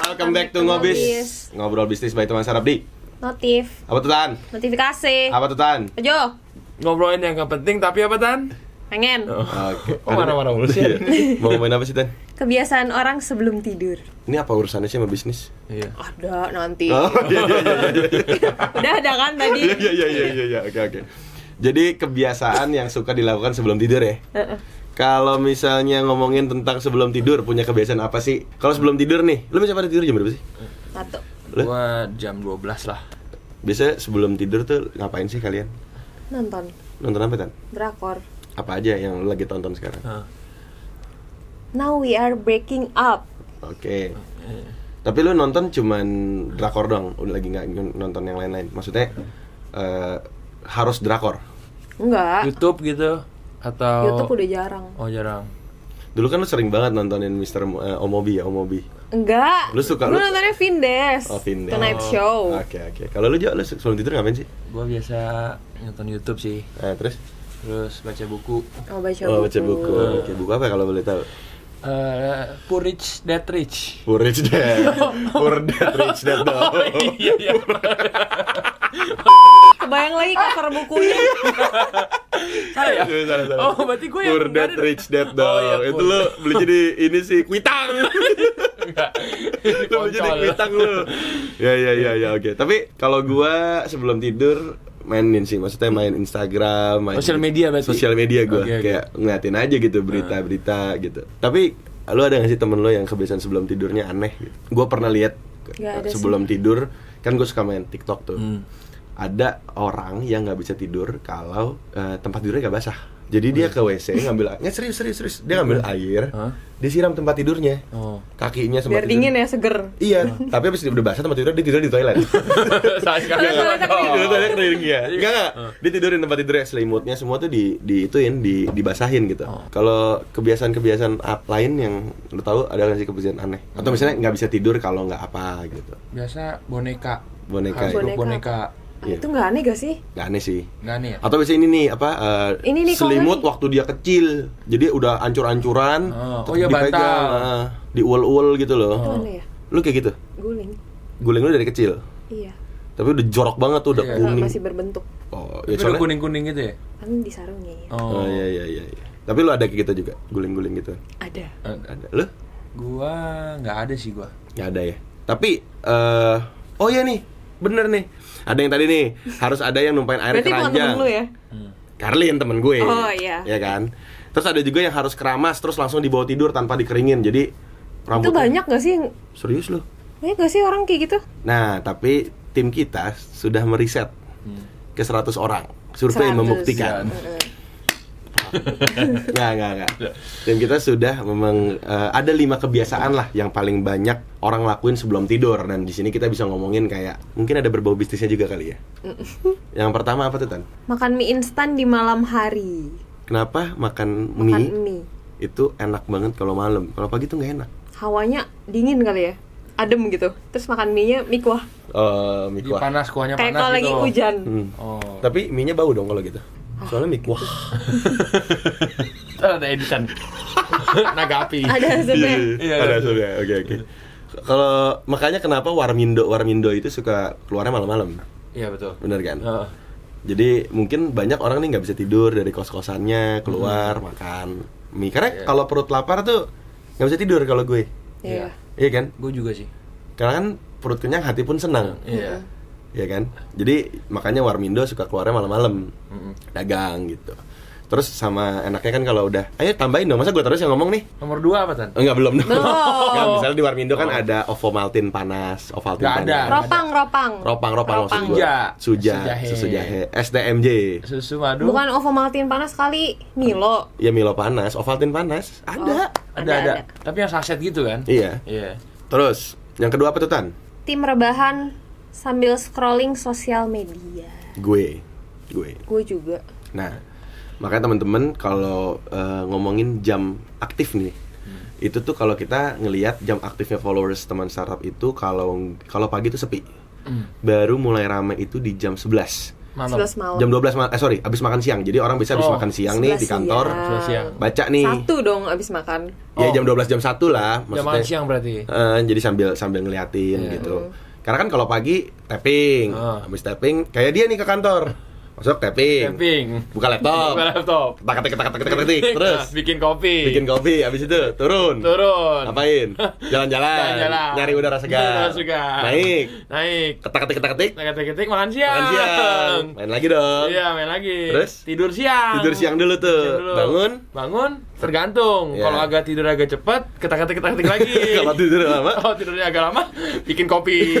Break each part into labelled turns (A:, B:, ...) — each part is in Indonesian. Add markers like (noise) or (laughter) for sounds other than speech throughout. A: Welcome back to Ngobis Ngobrol bisnis by teman Sarabdi
B: Notif,
A: Apa tuh Tan?
B: notifikasi.
A: Apa tuh Tan?
B: Jo,
C: Ngobrolin yang gak penting tapi apa Tan?
B: pengen
A: Oke
C: Oh, marah-marah mulu sih.
A: Iya. Mau ngomongin apa sih Tan?
B: kebiasaan orang sebelum tidur.
A: Ini apa urusannya sih sama bisnis?
C: Iya.
B: Ada nanti.
A: Oh iya iya iya
B: Udah ada kan
A: (laughs)
B: tadi.
A: iya iya iya iya iya oke oke Jadi kebiasaan yang suka dilakukan sebelum tidur ya?
B: Heeh.
A: Kalau misalnya ngomongin tentang sebelum tidur punya kebiasaan apa sih? Kalau sebelum tidur nih, lu bisa pada tidur jam berapa sih?
B: Satu.
A: Lu?
C: Gua jam 12 lah.
A: Biasanya sebelum tidur tuh ngapain sih kalian?
B: Nonton
A: Nonton apa Tan?
B: drakor.
A: Apa aja yang lu lagi tonton sekarang?
C: Nah,
B: Now we are breaking up.
A: Oke. Tapi lu nonton cuman drakor doang, udah lagi nggak nonton yang lain-lain. Maksudnya eh, harus drakor.
B: Enggak.
C: YouTube gitu atau
B: YouTube udah jarang.
C: Oh, jarang.
A: Dulu kan lu sering banget nontonin Mr. Mo- eh, Omobi ya, Omobi.
B: Enggak.
A: Lu suka-
B: Gua
A: lu-
B: nontonnya Vindes.
A: Oh, Vindes. Oh,
B: Tonight
C: Oh.
B: Show.
A: Oke, oke. Kalau lu juga lu sebelum tidur ngapain sih?
C: Gua biasa nonton YouTube sih,
A: Eh, terus
C: terus baca buku.
B: Oh, baca
A: Oh,
B: buku.
A: baca buku. Oke, buku apa ya kalau boleh tahu?
C: Eh, Poor Rich Dad Rich.
A: Poor Rich Dad.
C: (laughs)
A: Poor Dad Rich Dad dong.
C: iya, iya.
B: Kebayang lagi cover bukunya.
A: Iya,
C: Salah ya?
A: (laughs) Sorry, sorry, sorry.
C: Oh, berarti gue yang
A: Poor Dad
C: nggak ada-
A: Rich Dad
C: Oh,
A: dong.
C: iya,
A: Itu
C: Poor.
A: lu beli jadi ini sih kuitang.
C: Enggak.
A: lu beli jadi
C: Kontol.
A: kuitang lu. Ya ya ya ya oke. Tapi kalau gua sebelum tidur mainin sih maksudnya main Instagram, main
C: Sosial media berarti?
A: Sosial media gua
C: Oke, Ah. oke.
A: kayak ngeliatin aja gitu berita-berita gitu. Tapi lu ada gak sih temen lu yang kebiasaan sebelum tidurnya aneh gitu? Gua pernah lihat
B: Nggak ada
A: sebelum tidur kan gue suka main TikTok tuh.
C: Hmm.
A: Ada orang yang nggak bisa tidur kalau eh, tempat tidurnya nggak basah. Jadi dia ke WC ngambil nggak serius serius serius dia ngambil air,
C: Hah?
A: dia siram tempat tidurnya,
C: Oh.
A: kakinya sama
B: Biar dingin ya, seger.
A: Iya, tapi abis dia udah basah tempat tidurnya dia tidur di toilet.
B: Nah,
C: Salah sekali.
B: Toilet-toilet
C: (laughs) Oh.
A: Tidur di toilet kering ya. Enggak enggak. Dia tidur di tempat tidurnya selimutnya semua tuh di di ituin, di dibasahin gitu.
C: Oh.
A: Kalau kebiasaan-kebiasaan ap- lain yang lu tahu ada nggak sih kebiasaan aneh? Atau misalnya nggak bisa tidur kalau nggak apa gitu.
C: Biasa boneka.
A: Boneka,
C: Harus
A: ya.
C: boneka. boneka.
B: Ah,
A: Iya.
B: Itu enggak aneh gak sih?
A: Nggak aneh sih.
C: Nggak nih ya?
A: Atau biasanya ini nih apa eh,
B: Ini nih,
A: selimut
B: kalau
A: waktu dia kecil. Jadi udah ancur-ancuran.
C: Oh,
A: tetep
C: oh iya,
A: dipegang,
C: bantal. Oh.
A: eh, diuel-uel gitu loh.
B: Itu aneh ya?
A: Lu kayak gitu.
B: Guling.
A: Guling lu dari kecil.
B: Iya.
A: Tapi udah jorok banget tuh, udah
C: Iya.
B: Enggak,
A: kuning.
B: Masih berbentuk.
A: Oh, ya
C: Itu udah
A: soalnya
C: kuning-kuning gitu ya?
B: Kan disarungnya ya.
A: Oh, iya iya iya iya. Tapi lu ada kayak gitu juga, guling-guling gitu.
B: Ada.
C: Eh,
A: Ada. Lu?
C: Gua nggak ada sih gua.
A: Nggak ada ya. Tapi eh oh iya nih, bener nih. Ada yang tadi nih, harus ada yang numpain air
B: Berarti bukan
A: keranjang.
B: temen lu ya?
A: Karlin temen gue.
B: Oh, iya.
A: Ya kan? Terus ada juga yang harus keramas terus langsung dibawa tidur tanpa dikeringin. Jadi
B: Itu
A: rambutnya
B: banyak gak sih yang
A: Serius lu?
B: Banyak gak sih orang kayak gitu?
A: Nah, tapi tim kita sudah meriset
B: Hmm.
A: ke 100 orang. Survei
B: 100.
A: membuktikan.
B: Iya,
A: Nggak, nggak, nggak. Tim kita sudah memang eh, ada lima kebiasaan lah yang paling banyak orang lakuin sebelum tidur dan di sini kita bisa ngomongin kayak mungkin ada berbau bisnisnya juga kali ya. yang pertama apa tuh Tan?
B: Makan mie instan di malam hari.
A: Kenapa makan
B: Makan
A: mie
B: mie.
A: itu enak banget kalau malam, kalau pagi tuh nggak enak.
B: Hawanya dingin kali ya. Adem gitu. Terus makan mie-nya mie kuah.
A: Eh, mie
C: Di
A: kuah.
C: panas kuahnya
B: Kayak
C: panas
B: kalau lagi
C: gitu.
B: hujan.
A: Hmm.
C: Oh.
A: Tapi mie-nya bau dong kalau gitu. Soalnya mie kuah.
C: Ntar ada editan. Nagapi.
A: (laughs)
B: Ada sebenarnya.
C: Iya,
A: ada
C: iya.
A: sudah. Oke, oke. Kalau makanya kenapa Warmindo Warmindo itu suka keluarnya malam-malam.
C: Iya betul.
A: Bener kan?
C: Heeh.
A: Jadi mungkin banyak orang nih nggak bisa tidur dari kos-kosannya, keluar
C: Hmm.
A: makan mie. Karena kalau perut lapar tuh nggak bisa tidur kalau gue.
B: Iya.
C: Iya.
A: Iya kan?
C: Gue juga sih.
A: Karena kan perut kenyang hati pun senang.
C: Iya.
A: Iya kan? Jadi makanya Warmindo suka keluarnya malam-malam.
C: Hmm.
A: Dagang gitu. Terus sama enaknya kan kalau udah, ayo tambahin dong. Masa gue terus yang ngomong nih?
C: Nomor dua apa tan?
A: Enggak belum dong.
B: Belum.
A: (laughs) Nggak, misalnya di Warmindo kan ada Ovomaltin panas, Ovaltin
C: Oh. Nggak
A: panas.
C: ada.
B: Ropang, ropang.
A: Ropang, ropang, maksud
B: Ropang.
A: gue.
C: Suja.
A: Suja,
C: Sujahe.
A: susu jahe, STMJ.
C: Susu madu.
B: Bukan ovomaltin panas kali, Milo.
A: Ya Milo panas, Ovaltin panas, ada.
C: Ada,
B: Ada,
C: ada
B: ada.
C: Tapi yang saset gitu kan?
A: Iya.
C: Iya.
A: Terus, yang kedua apa tuh Tan?
B: Tim rebahan sambil scrolling sosial media.
A: Gue, gue.
B: Gue juga.
A: Nah, makanya teman-teman kalau eh, ngomongin jam aktif nih, itu tuh kalau kita ngelihat jam aktifnya followers teman startup itu kalau kalau pagi itu sepi, baru mulai rame itu di jam 11
C: malam.
B: 11 malam.
A: Jam 12 malam, eh sorry, abis makan siang. Jadi orang bisa abis
C: Oh.
A: makan siang nih di
B: 11
A: kantor,
C: Sebelas siang.
A: baca nih.
B: Satu dong abis makan.
A: Ya
C: Oh.
A: jam 12 jam 1 lah
C: Jam makan siang berarti.
A: Eh, jadi sambil sambil ngeliatin
C: Iya.
A: gitu. Karena kan kalau pagi tapping,
C: Ah.
A: habis tapping kayak dia nih ke kantor. Masuk tapping.
C: Camping.
A: Buka laptop.
C: Buka laptop.
A: Tak ketik tak ketik tak
C: (laughs)
A: ketik terus
C: Nah, bikin kopi.
A: bikin kopi habis itu turun.
C: turun. (laughs)
A: Ngapain? Jalan-jalan.
C: Jalan-jalan.
A: Nyari udara segar.
C: Udara segar.
A: Naik.
C: Naik.
A: Ketak ketik ketak ketik.
C: Ketik-ketik makan siang.
A: Makan siang. Main lagi dong.
C: Iya, main lagi.
A: Terus?
C: Tidur siang.
A: Tidur siang dulu tuh.
C: Siang dulu.
A: Bangun. (laughs)
C: Bangun tergantung.
A: Iya.
C: Kalau agak tidur agak cepat, ketak-ketik ketak-ketik lagi.
A: (laughs) Kalau tidur lama.
C: Kalau tidurnya agak lama, bikin
A: (laughs)
C: kopi.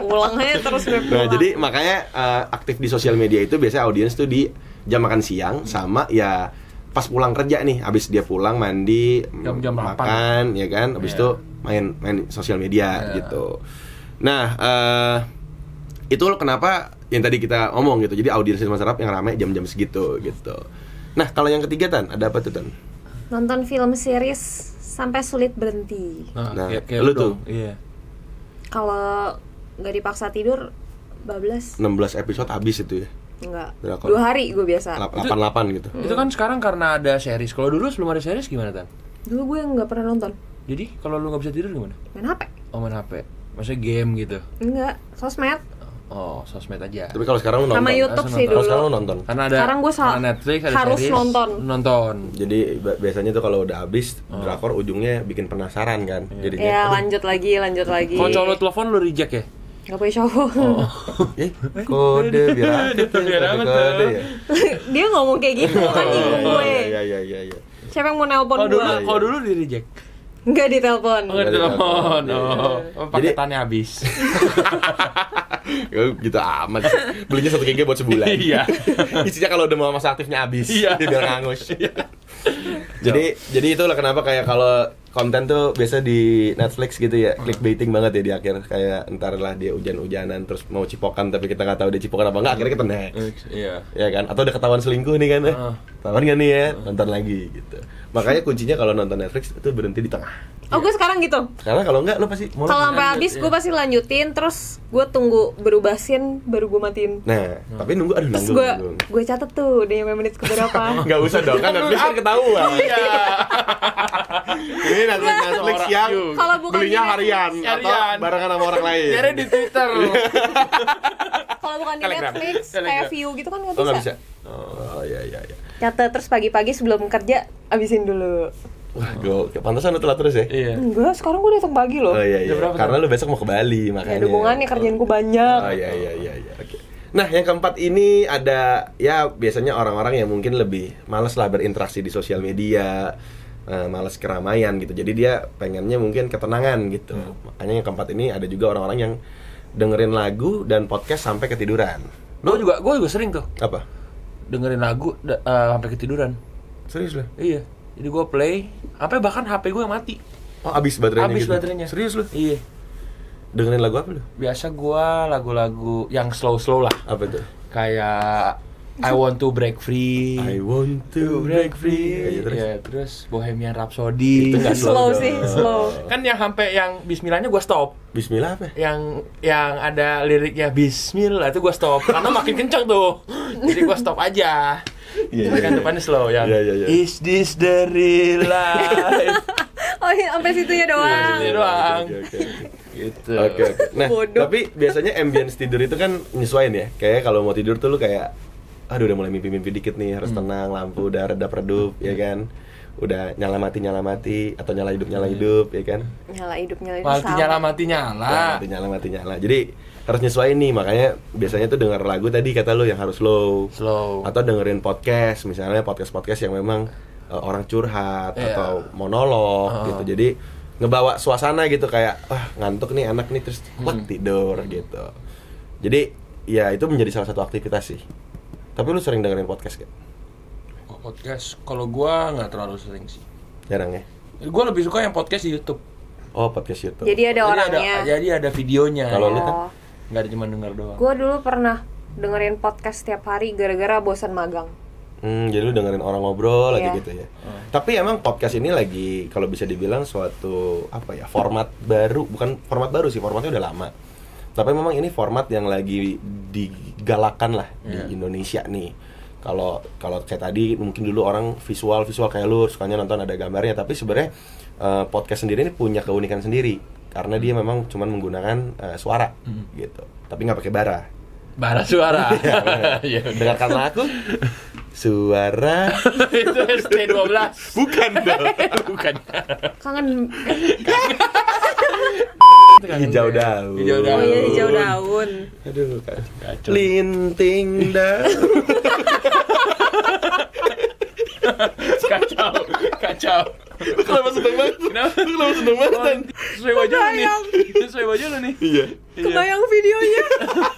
B: Ulang aja terus gue
A: Nah,
B: pulang.
C: Iya.
A: jadi makanya eh, aktif di sosial media itu biasanya audiens tuh di jam makan siang sama ya pas pulang kerja nih, habis dia pulang mandi, mm,
C: Jam-jam delapan.
A: makan, ya kan, habis
C: Iya.
A: itu main main sosial media
C: Iya.
A: gitu. Nah, eh itu loh kenapa yang tadi kita omong gitu. Jadi audiens di masyarakat yang ramai jam-jam segitu gitu. Nah, kalau yang ketiga Tan, ada apa tuh Tan?
B: Nonton film series sampai sulit berhenti.
A: Nah,
C: kayak- kayak
A: lu
C: dong.
A: tuh.
C: Iya.
B: Kalau nggak dipaksa tidur, bablas
A: 16 episode habis itu ya.
B: nggak.
A: Drakor.
B: Dua hari gue biasa.
A: Lap- 88 gitu.
B: Hmm.
C: Itu kan sekarang karena ada series. Kalau dulu sebelum ada series gimana, Tan?
B: Dulu gue nggak pernah nonton.
C: Jadi kalau lu nggak bisa tidur gimana?
B: Main HP?
C: Oh main HP. Maksudnya game gitu.
B: Enggak. Sosmed.
C: Oh, sosmed aja.
A: Tapi kalau sekarang lu nonton.
B: Sama YouTube sih
A: Kalau sekarang
B: dulu.
A: lu nonton.
C: Karena ada
B: Sekarang gua sa-
C: karena Netflix, ada
B: harus
C: series,
B: nonton.
C: Nonton.
A: Jadi ba- biasanya tuh kalau udah habis
C: Oh.
A: drakor ujungnya bikin penasaran kan.
C: Iya.
A: Jadinya
B: Ya
A: aduh,
B: lanjut lagi, lanjut lagi.
C: Kalau cowok lu telepon lu reject ya?
B: Gak punya cowok.
C: Oh.
A: eh
C: (laughs)
A: kode biar aktif ya,
C: Biar
A: kode,
C: aktif.
A: kode ya.
B: (laughs) Dia ngomong kayak gitu kan
A: Iya, iya,
B: nyinggung gue.
A: Iya iya iya iya.
B: Siapa yang mau nelpon
C: Kalau dulu,
B: gue?
C: kalau dulu di reject.
B: Enggak ditelepon.
C: Oh, nggak ditelepon.
A: Iya, iya.
C: Oh, oh,
A: Jadi-
C: paketannya (laughs) habis.
A: Ya, gitu amat sih. Belinya satu gigi buat sebulan.
C: (laughs) Iya.
A: (laughs) Isinya kalau udah mau masa aktifnya habis.
C: (laughs) Iya.
A: Dia biar ngangus. jadi jadi itulah kenapa kayak kalau konten tuh biasa di Netflix gitu ya clickbaiting banget ya di akhir kayak entar lah dia hujan-hujanan terus mau cipokan tapi kita nggak tahu dia cipokan apa enggak akhirnya kita next
C: Iya.
A: ya kan atau udah ketahuan selingkuh nih kan eh.
C: Heeh.
A: ketahuan kan nih
C: Ah.
A: ya nonton lagi gitu makanya kuncinya kalau nonton Netflix itu berhenti di tengah
B: Oh gue sekarang gitu.
A: karena kalau enggak lo pasti mulai
B: Kalau sampai
C: lanjut,
B: habis
C: iya.
B: gue pasti lanjutin, terus gue tunggu berubah scene baru gue matiin.
A: nah
C: Ah.
A: tapi nunggu aduh
B: Terus
A: nanggung
B: gue
A: nanggung.
B: gue catet tuh dia nyampe menit
A: (laughs)
B: keberapa.
A: nggak usah dong kan Netflix kan
C: (laughs)
A: ketahuan ini Netflix Netflix
C: Iya. Orang
A: yang
C: juga.
B: Iya. Kalau bukan
A: belinya
B: di
A: harian atau
C: Harian.
A: barengan sama orang lain
C: Nyari di Twitter.
B: Kalau bukan di
A: Telegram.
B: Netflix,
C: Telegram.
B: kayak view gitu kan nggak
A: oh nggak
B: bisa.
A: bisa oh iya iya iya
B: Catet terus pagi-pagi sebelum kerja abisin dulu.
A: wah gue pantasan lo telat terus ya
C: Iya.
B: Enggak, sekarang gue datang pagi loh.
A: oh iya iya
C: Jam berapa,
A: karena lo besok mau ke Bali makanya
B: Ya ada hubungannya kerjaan gue banyak.
A: Oh iya iya iya iya. Oke. Nah, yang keempat ini ada ya biasanya orang-orang yang mungkin lebih males lah berinteraksi di sosial media, eh, males keramaian gitu. Jadi dia pengennya mungkin ketenangan gitu. Makanya yang keempat ini ada juga orang-orang yang dengerin lagu dan podcast sampai ketiduran.
C: Lu juga, gue juga sering tuh
A: Apa?
C: dengerin lagu da- eh, sampai ketiduran.
A: Serius lu?
C: Iya. Jadi gue play, sampai bahkan HP gue yang mati.
A: Oh, habis baterainya
C: Habis
A: gitu.
C: baterainya.
A: Serius lu?
C: Iya.
A: Dengerin lagu apa lu?
C: Biasa gue lagu-lagu yang slow-slow lah.
A: Apa tuh?
C: Kayak (laughs) I Want to Break Free.
A: I want to break free.
C: Iya,
A: Ya, terus.
C: terus Bohemian Rhapsody.
A: Itu kan nggak
B: slow
A: dong.
B: sih, slow.
C: kan yang sampai yang bismillahnya gua stop.
A: Bismillah apa?
C: Yang yang ada liriknya bismillah itu gua stop karena makin kenceng tuh. Jadi gua stop aja.
A: Iya,
C: Tapi
A: iya,
C: kan
A: iya.
C: depannya slow yang
A: Iya, iya, iya.
C: Is this the real
A: (laughs)
C: life?
B: (laughs) Oh iya, sampai situ ya doang.
C: Iya, iya. doang.
A: Oke, oke, oke.
C: gitu.
A: Oke, oke. Nah,
B: Bodoh.
A: tapi biasanya ambience tidur itu kan nyesuain ya. Kayak kalau mau tidur tuh lu kayak aduh udah mulai mimpi-mimpi dikit nih, harus tenang, lampu udah redap-redup ya kan. Udah nyala mati nyala mati atau nyala hidup nyala hidup ya kan.
B: Nyala hidup nyala hidup.
C: Mati
B: sama.
C: nyala mati nyala.
A: Iya, Nyala mati nyala mati nyala. Jadi harus nyesuain nih, makanya biasanya tuh denger lagu tadi kata lu yang harus slow.
C: Slow.
A: Atau dengerin podcast, misalnya podcast-podcast yang memang eh, orang curhat
C: Iya.
A: atau monolog
C: Ah.
A: gitu. Jadi ngebawa suasana gitu kayak wah ngantuk nih anak nih terus wah,
C: Hmm.
A: tidur gitu. Jadi ya itu menjadi salah satu aktivitas sih. Tapi lu sering dengerin podcast gak?
C: Oh, Podcast kalau gua nggak terlalu sering sih.
A: Jarang ya?
C: Gua lebih suka yang podcast di YouTube.
A: Oh podcast YouTube.
B: Jadi Iya, ada
C: Jadi
B: orangnya.
C: Ada, jadi ada videonya. Iya.
A: Kalau lu kan?
B: Oh.
C: nggak ada cuma denger doang.
B: Gue dulu pernah dengerin podcast setiap hari gara-gara bosan
A: (laughs)
B: magang.
A: Hmm, jadi lu dengerin orang ngobrol aja
B: Iya.
A: gitu ya. Tapi emang podcast ini lagi kalau bisa dibilang suatu apa ya format baru, bukan format baru sih, formatnya udah lama. Tapi memang ini format yang lagi digalakan lah di Indonesia nih. Kalau kalau kayak tadi mungkin dulu orang visual visual kayak lu sukanya nonton ada gambarnya, tapi sebenarnya eh, podcast sendiri ini punya keunikan sendiri karena dia memang cuman menggunakan eh, suara gitu. Tapi nggak pakai bara.
C: Bara suara.
A: Iya,
C: (laughs) Ya udah.
A: Dengarkanlah aku suara
C: Itu SD 12.
A: bukan dong.
C: (laughs) Bukan.
B: Kangen eh,
A: Hijau daun.
C: Hijau daun.
B: kan? oh iya hijau daun.
A: Aduh, kacau.
C: Kacau.
A: Linting daun.
C: Kacau.
B: (laughs)
C: Kacau.
A: Kenapa sedang banget?
C: Kenapa?
A: Kenapa sedang banget?
C: Oh, Sesuai wajah lu nih.
B: Kebayang.
C: Sesuai wajah lu nih.
A: Iya.
B: Kebayang videonya.
A: (laughs)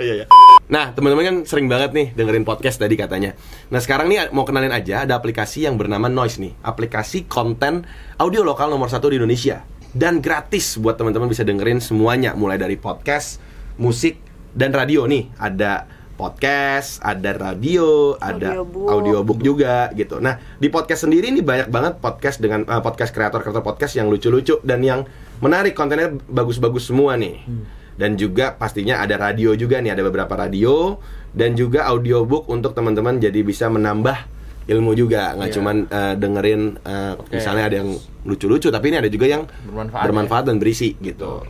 A: Iya, iya. Nah, teman-teman kan sering banget nih dengerin podcast tadi katanya. Nah, sekarang nih mau kenalin aja ada aplikasi yang bernama Noise nih. Aplikasi konten audio lokal nomor satu di Indonesia. Dan gratis buat teman-teman bisa dengerin semuanya. Mulai dari podcast, musik, dan radio nih. Ada podcast, ada radio, ada
B: Audiobook.
A: audiobook juga gitu. Nah, di podcast sendiri ini banyak banget podcast dengan eh, podcast kreator-kreator podcast yang lucu-lucu dan yang menarik kontennya bagus-bagus semua nih. Dan juga pastinya ada radio juga nih, ada beberapa radio dan juga audiobook untuk teman-teman jadi bisa menambah ilmu juga, nggak
C: Iya.
A: cuman eh, dengerin eh,
C: Oke.
A: misalnya ada yang lucu-lucu tapi ini ada juga yang
C: Bermanfaat
A: dan berisi gitu.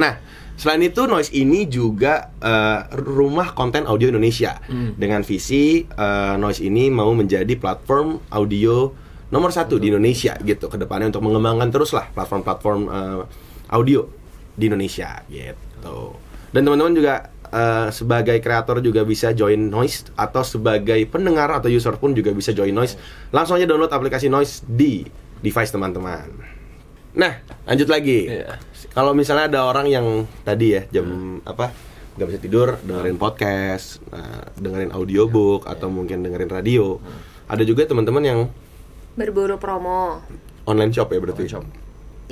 A: Nah, selain itu Noise ini juga eh, rumah konten audio Indonesia. Dengan visi eh, Noise ini mau menjadi platform audio nomor satu di Indonesia gitu. Kedepannya untuk mengembangkan terus lah platform-platform eh, audio di Indonesia gitu. Dan teman-teman juga eh, sebagai kreator juga bisa join Noise atau sebagai pendengar atau user pun juga bisa join Noise. Langsung aja download aplikasi Noise di device teman-teman. Nah, lanjut lagi.
C: Iya.
A: Kalau misalnya ada orang yang tadi ya jam apa nggak bisa tidur dengerin podcast, nah, dengerin audiobook
C: Iya.
A: atau mungkin dengerin radio. Ada juga teman-teman yang
B: (laughs) Berburu promo.
A: online shop ya berarti.
C: Online shop.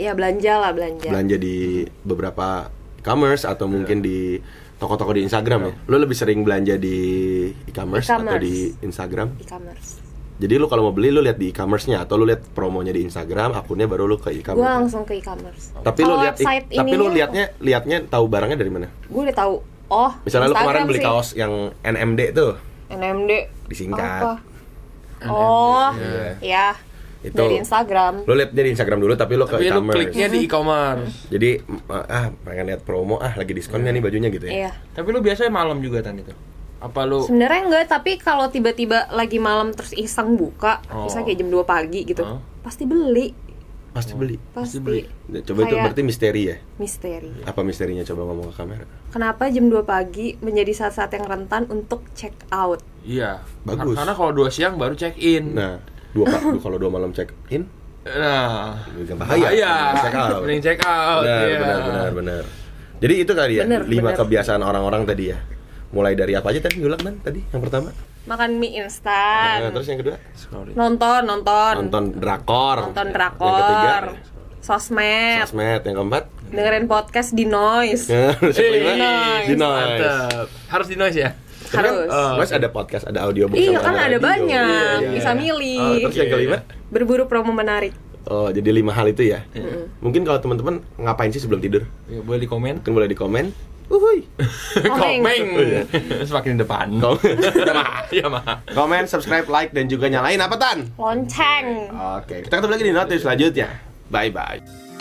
B: Ya belanja lah belanja.
A: Belanja di beberapa e-commerce atau
C: Iya.
A: mungkin di toko-toko di Instagram ya. Lo lebih sering belanja di e-commerce, atau
B: E-commerce.
A: di Instagram?
B: E-commerce.
A: Jadi lu kalau mau beli lu lihat di e-commerce-nya atau lu lihat promonya di Instagram, akunnya baru lu ke
B: Gue
A: e-commerce. ya.
B: langsung ke e-commerce.
A: Tapi lu
B: Kalau
A: lihat i-
B: website
A: tapi lu
B: ininya-
A: lihatnya lihatnya tahu barangnya dari mana?
B: Gue udah tahu. Oh,
A: Misalnya lu kemarin
B: Instagram
A: beli
B: sih.
A: kaos yang NMD tuh,
B: NMD.
A: Disingkat.
B: Apa? Oh,
A: Iya.
B: ya.
A: Itu.
B: Dari Instagram.
A: lu lihat dari Instagram dulu tapi lu ke
C: Tapi lu
A: e-commerce.
C: kliknya di e-commerce.
A: Jadi m- ah pengen lihat promo ah lagi diskonnya nih bajunya gitu ya.
B: Iya.
C: Tapi lu biasanya malam juga tan itu. Apa lu
B: Sebenarnya enggak, tapi kalau tiba-tiba lagi malam terus iseng buka,
C: Oh.
B: misalnya kayak jam 2 pagi gitu,
C: Oh.
B: pasti beli,
A: Pasti beli.
B: pasti,
C: beli.
A: Ya, Coba itu
B: Kayak-
A: berarti misteri ya.
B: misteri.
A: Apa misterinya coba ngomong ke kamera.
B: Kenapa jam 2 pagi menjadi saat-saat yang rentan untuk check out?
C: Iya.
A: Bagus.
C: Karena kalau dua siang baru check in.
A: Nah, dua pa- du- kalau dua malam check in
C: Nah.
A: juga bahaya. Check out.
C: (laughs) Mending check out.
A: Benar,
C: iya.
A: benar, benar, benar. Jadi itu tadi ya,
B: Benar,
A: lima
B: benar.
A: kebiasaan orang-orang tadi ya. Mulai dari apa aja tadi ngulang kan tadi yang pertama?
B: Makan
A: Nah,
B: mie instan.
A: terus yang kedua?
C: Sorry.
B: nonton, nonton.
A: Nonton drakor.
B: Nonton
A: Yang ketiga,
B: drakor. Sosmed.
A: sosmed. Yang keempat?
B: Dengerin podcast di noise.
A: Ya, terus yang kelima?
B: Nice.
A: Di noise.
C: Eh, Mantap. Harus di noise ya?
A: Tapi kan,
B: Harus.
A: eh, noise ada podcast, ada audiobook
B: Iya
A: sama
B: kan ada Iya.
A: radio.
B: banyak,
A: Iya, iya.
B: bisa
A: Oh,
B: milih.
A: terus yang kelima?
B: Berburu promo menarik.
A: Oh, jadi lima hal itu ya. Mungkin kalau teman-teman ngapain sih sebelum tidur?
C: Ya, boleh di komen. (laughs)
A: Mungkin Iya, boleh di komen. Uhuy.
B: Komeng.
C: Komeng. Semakin depan.
A: iya. Komen,
C: (laughs) Iya, mah.
A: (laughs) komen, subscribe, like dan juga nyalain apa tan?
B: Lonceng.
A: Oke, kita ketemu lagi di notif selanjutnya. Bye bye.